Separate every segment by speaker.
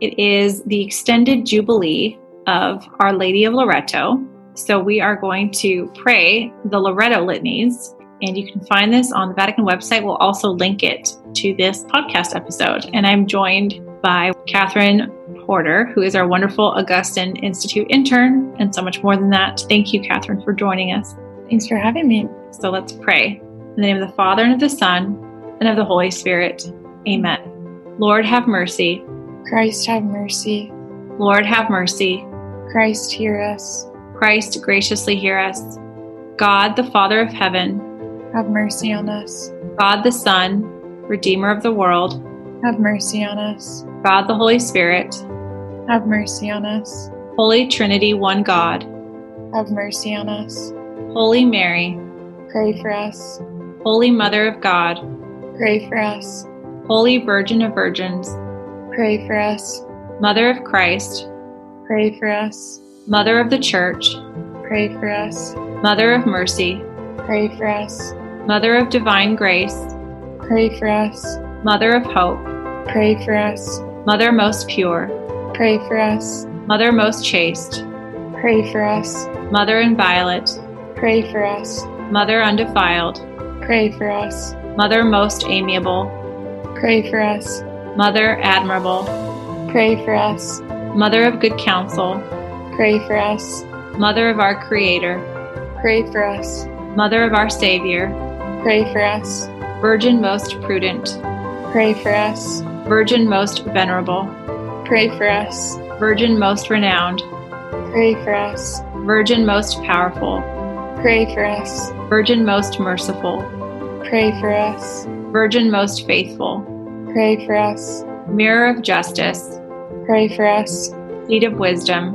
Speaker 1: It is the extended jubilee of Our Lady of Loreto. So we are going to pray the Loreto litanies, and you can find this on the Vatican website. We'll also link it to this podcast episode. And I'm joined by Catherine Porter, who is our wonderful Augustine Institute intern, and so much more than that. Thank you, Catherine, for joining us.
Speaker 2: Thanks for having me.
Speaker 1: So let's pray. In the name of the Father, and of the Son, and of the Holy Spirit. Amen. Lord, have mercy.
Speaker 2: Christ, have mercy.
Speaker 1: Lord, have mercy.
Speaker 2: Christ, hear us.
Speaker 1: Christ, graciously hear us. God, the Father of heaven,
Speaker 2: have mercy on us.
Speaker 1: God, the Son, Redeemer of the world,
Speaker 2: have mercy on us.
Speaker 1: God, the Holy Spirit,
Speaker 2: have mercy on us.
Speaker 1: Holy Trinity, one God,
Speaker 2: have mercy on us.
Speaker 1: Holy Mary,
Speaker 2: pray for us.
Speaker 1: Holy Mother of God,
Speaker 2: pray for us.
Speaker 1: Holy Virgin of Virgins,
Speaker 2: pray for us.
Speaker 1: Mother of Christ,
Speaker 2: pray for us.
Speaker 1: Mother of the Church,
Speaker 2: pray for us.
Speaker 1: Mother of Mercy,
Speaker 2: pray for us.
Speaker 1: Mother of Divine Grace,
Speaker 2: pray for us.
Speaker 1: Mother of Hope,
Speaker 2: pray for us.
Speaker 1: Mother Most Pure,
Speaker 2: pray for us.
Speaker 1: Mother Most Chaste,
Speaker 2: pray for us.
Speaker 1: Mother Inviolate,
Speaker 2: pray for us.
Speaker 1: Mother Undefiled,
Speaker 2: pray for us.
Speaker 1: Mother Most Amiable,
Speaker 2: pray for us.
Speaker 1: Mother Admirable,
Speaker 2: pray for us.
Speaker 1: Mother of Good Counsel,
Speaker 2: pray for us.
Speaker 1: Mother of our Creator,
Speaker 2: pray for us.
Speaker 1: Mother of our Savior,
Speaker 2: pray for us.
Speaker 1: Virgin most prudent,
Speaker 2: pray for us.
Speaker 1: Virgin most venerable,
Speaker 2: pray for us.
Speaker 1: Virgin most renowned,
Speaker 2: pray for us.
Speaker 1: Virgin most powerful,
Speaker 2: pray for us.
Speaker 1: Virgin most merciful,
Speaker 2: pray for us.
Speaker 1: Virgin most faithful,
Speaker 2: pray for us.
Speaker 1: Mirror of justice,
Speaker 2: pray for us.
Speaker 1: Seat of wisdom,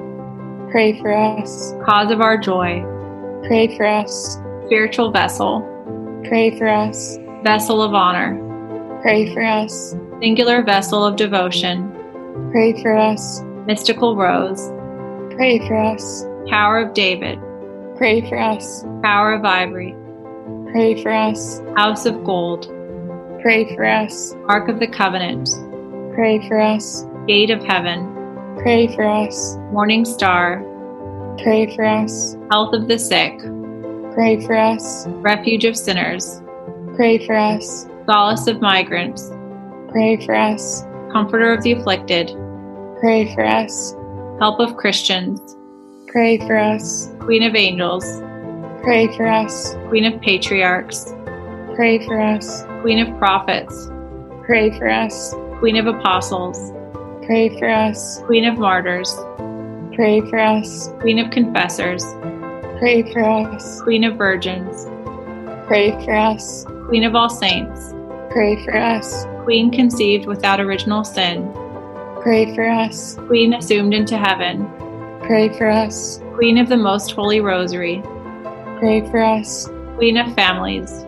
Speaker 2: pray for us.
Speaker 1: Cause of our joy,
Speaker 2: pray for us.
Speaker 1: Spiritual vessel,
Speaker 2: pray for us
Speaker 1: vessel of honor.
Speaker 2: Pray for us.
Speaker 1: Singular vessel of devotion.
Speaker 2: Pray for us.
Speaker 1: Mystical rose.
Speaker 2: Pray for us.
Speaker 1: Tower of David.
Speaker 2: Pray for us.
Speaker 1: Tower of ivory.
Speaker 2: Pray for us.
Speaker 1: House of gold.
Speaker 2: Pray for us.
Speaker 1: Ark of the covenant.
Speaker 2: Pray for us.
Speaker 1: Gate of heaven.
Speaker 2: Pray for us.
Speaker 1: Morning star.
Speaker 2: Pray for us.
Speaker 1: Health of the sick.
Speaker 2: Pray for us.
Speaker 1: Refuge of sinners.
Speaker 2: Pray for us.
Speaker 1: Solace of migrants.
Speaker 2: Pray for us.
Speaker 1: Comforter of the afflicted.
Speaker 2: Pray for us.
Speaker 1: Help of Christians.
Speaker 2: Pray for us.
Speaker 1: Queen of angels.
Speaker 2: Pray for us.
Speaker 1: Queen of patriarchs.
Speaker 2: Pray for us.
Speaker 1: Queen of prophets.
Speaker 2: Pray for us.
Speaker 1: Queen of apostles.
Speaker 2: Pray for us.
Speaker 1: Queen of martyrs.
Speaker 2: Pray for us.
Speaker 1: Queen of confessors.
Speaker 2: Pray for us.
Speaker 1: Queen of virgins.
Speaker 2: Pray for us.
Speaker 1: Queen of all saints,
Speaker 2: pray for us.
Speaker 1: Queen conceived without original sin,
Speaker 2: pray for us.
Speaker 1: Queen assumed into heaven,
Speaker 2: pray for us.
Speaker 1: Queen of the most holy rosary,
Speaker 2: pray for us.
Speaker 1: Queen of families,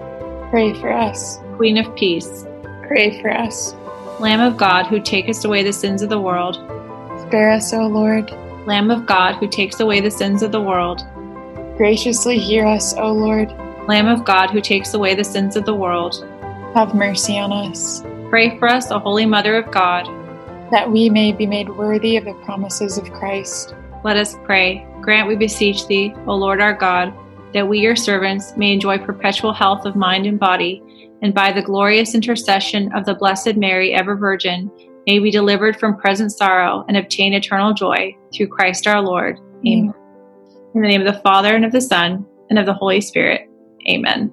Speaker 2: pray for us.
Speaker 1: Queen of peace,
Speaker 2: pray for us.
Speaker 1: Lamb of God who takest away the sins of the world,
Speaker 2: spare us, O Lord.
Speaker 1: Lamb of God who takes away the sins of the world,
Speaker 2: graciously hear us, O Lord.
Speaker 1: Lamb of God who takes away the sins of the world,
Speaker 2: have mercy on us.
Speaker 1: Pray for us, O Holy Mother of God,
Speaker 2: that we may be made worthy of the promises of Christ.
Speaker 1: Let us pray. Grant, we beseech thee, O Lord our God, that we, your servants, may enjoy perpetual health of mind and body, and by the glorious intercession of the Blessed Mary, ever Virgin, may be delivered from present sorrow and obtain eternal joy through Christ our Lord. Amen. Amen. In the name of the Father, and of the Son, and of the Holy Spirit. Amen.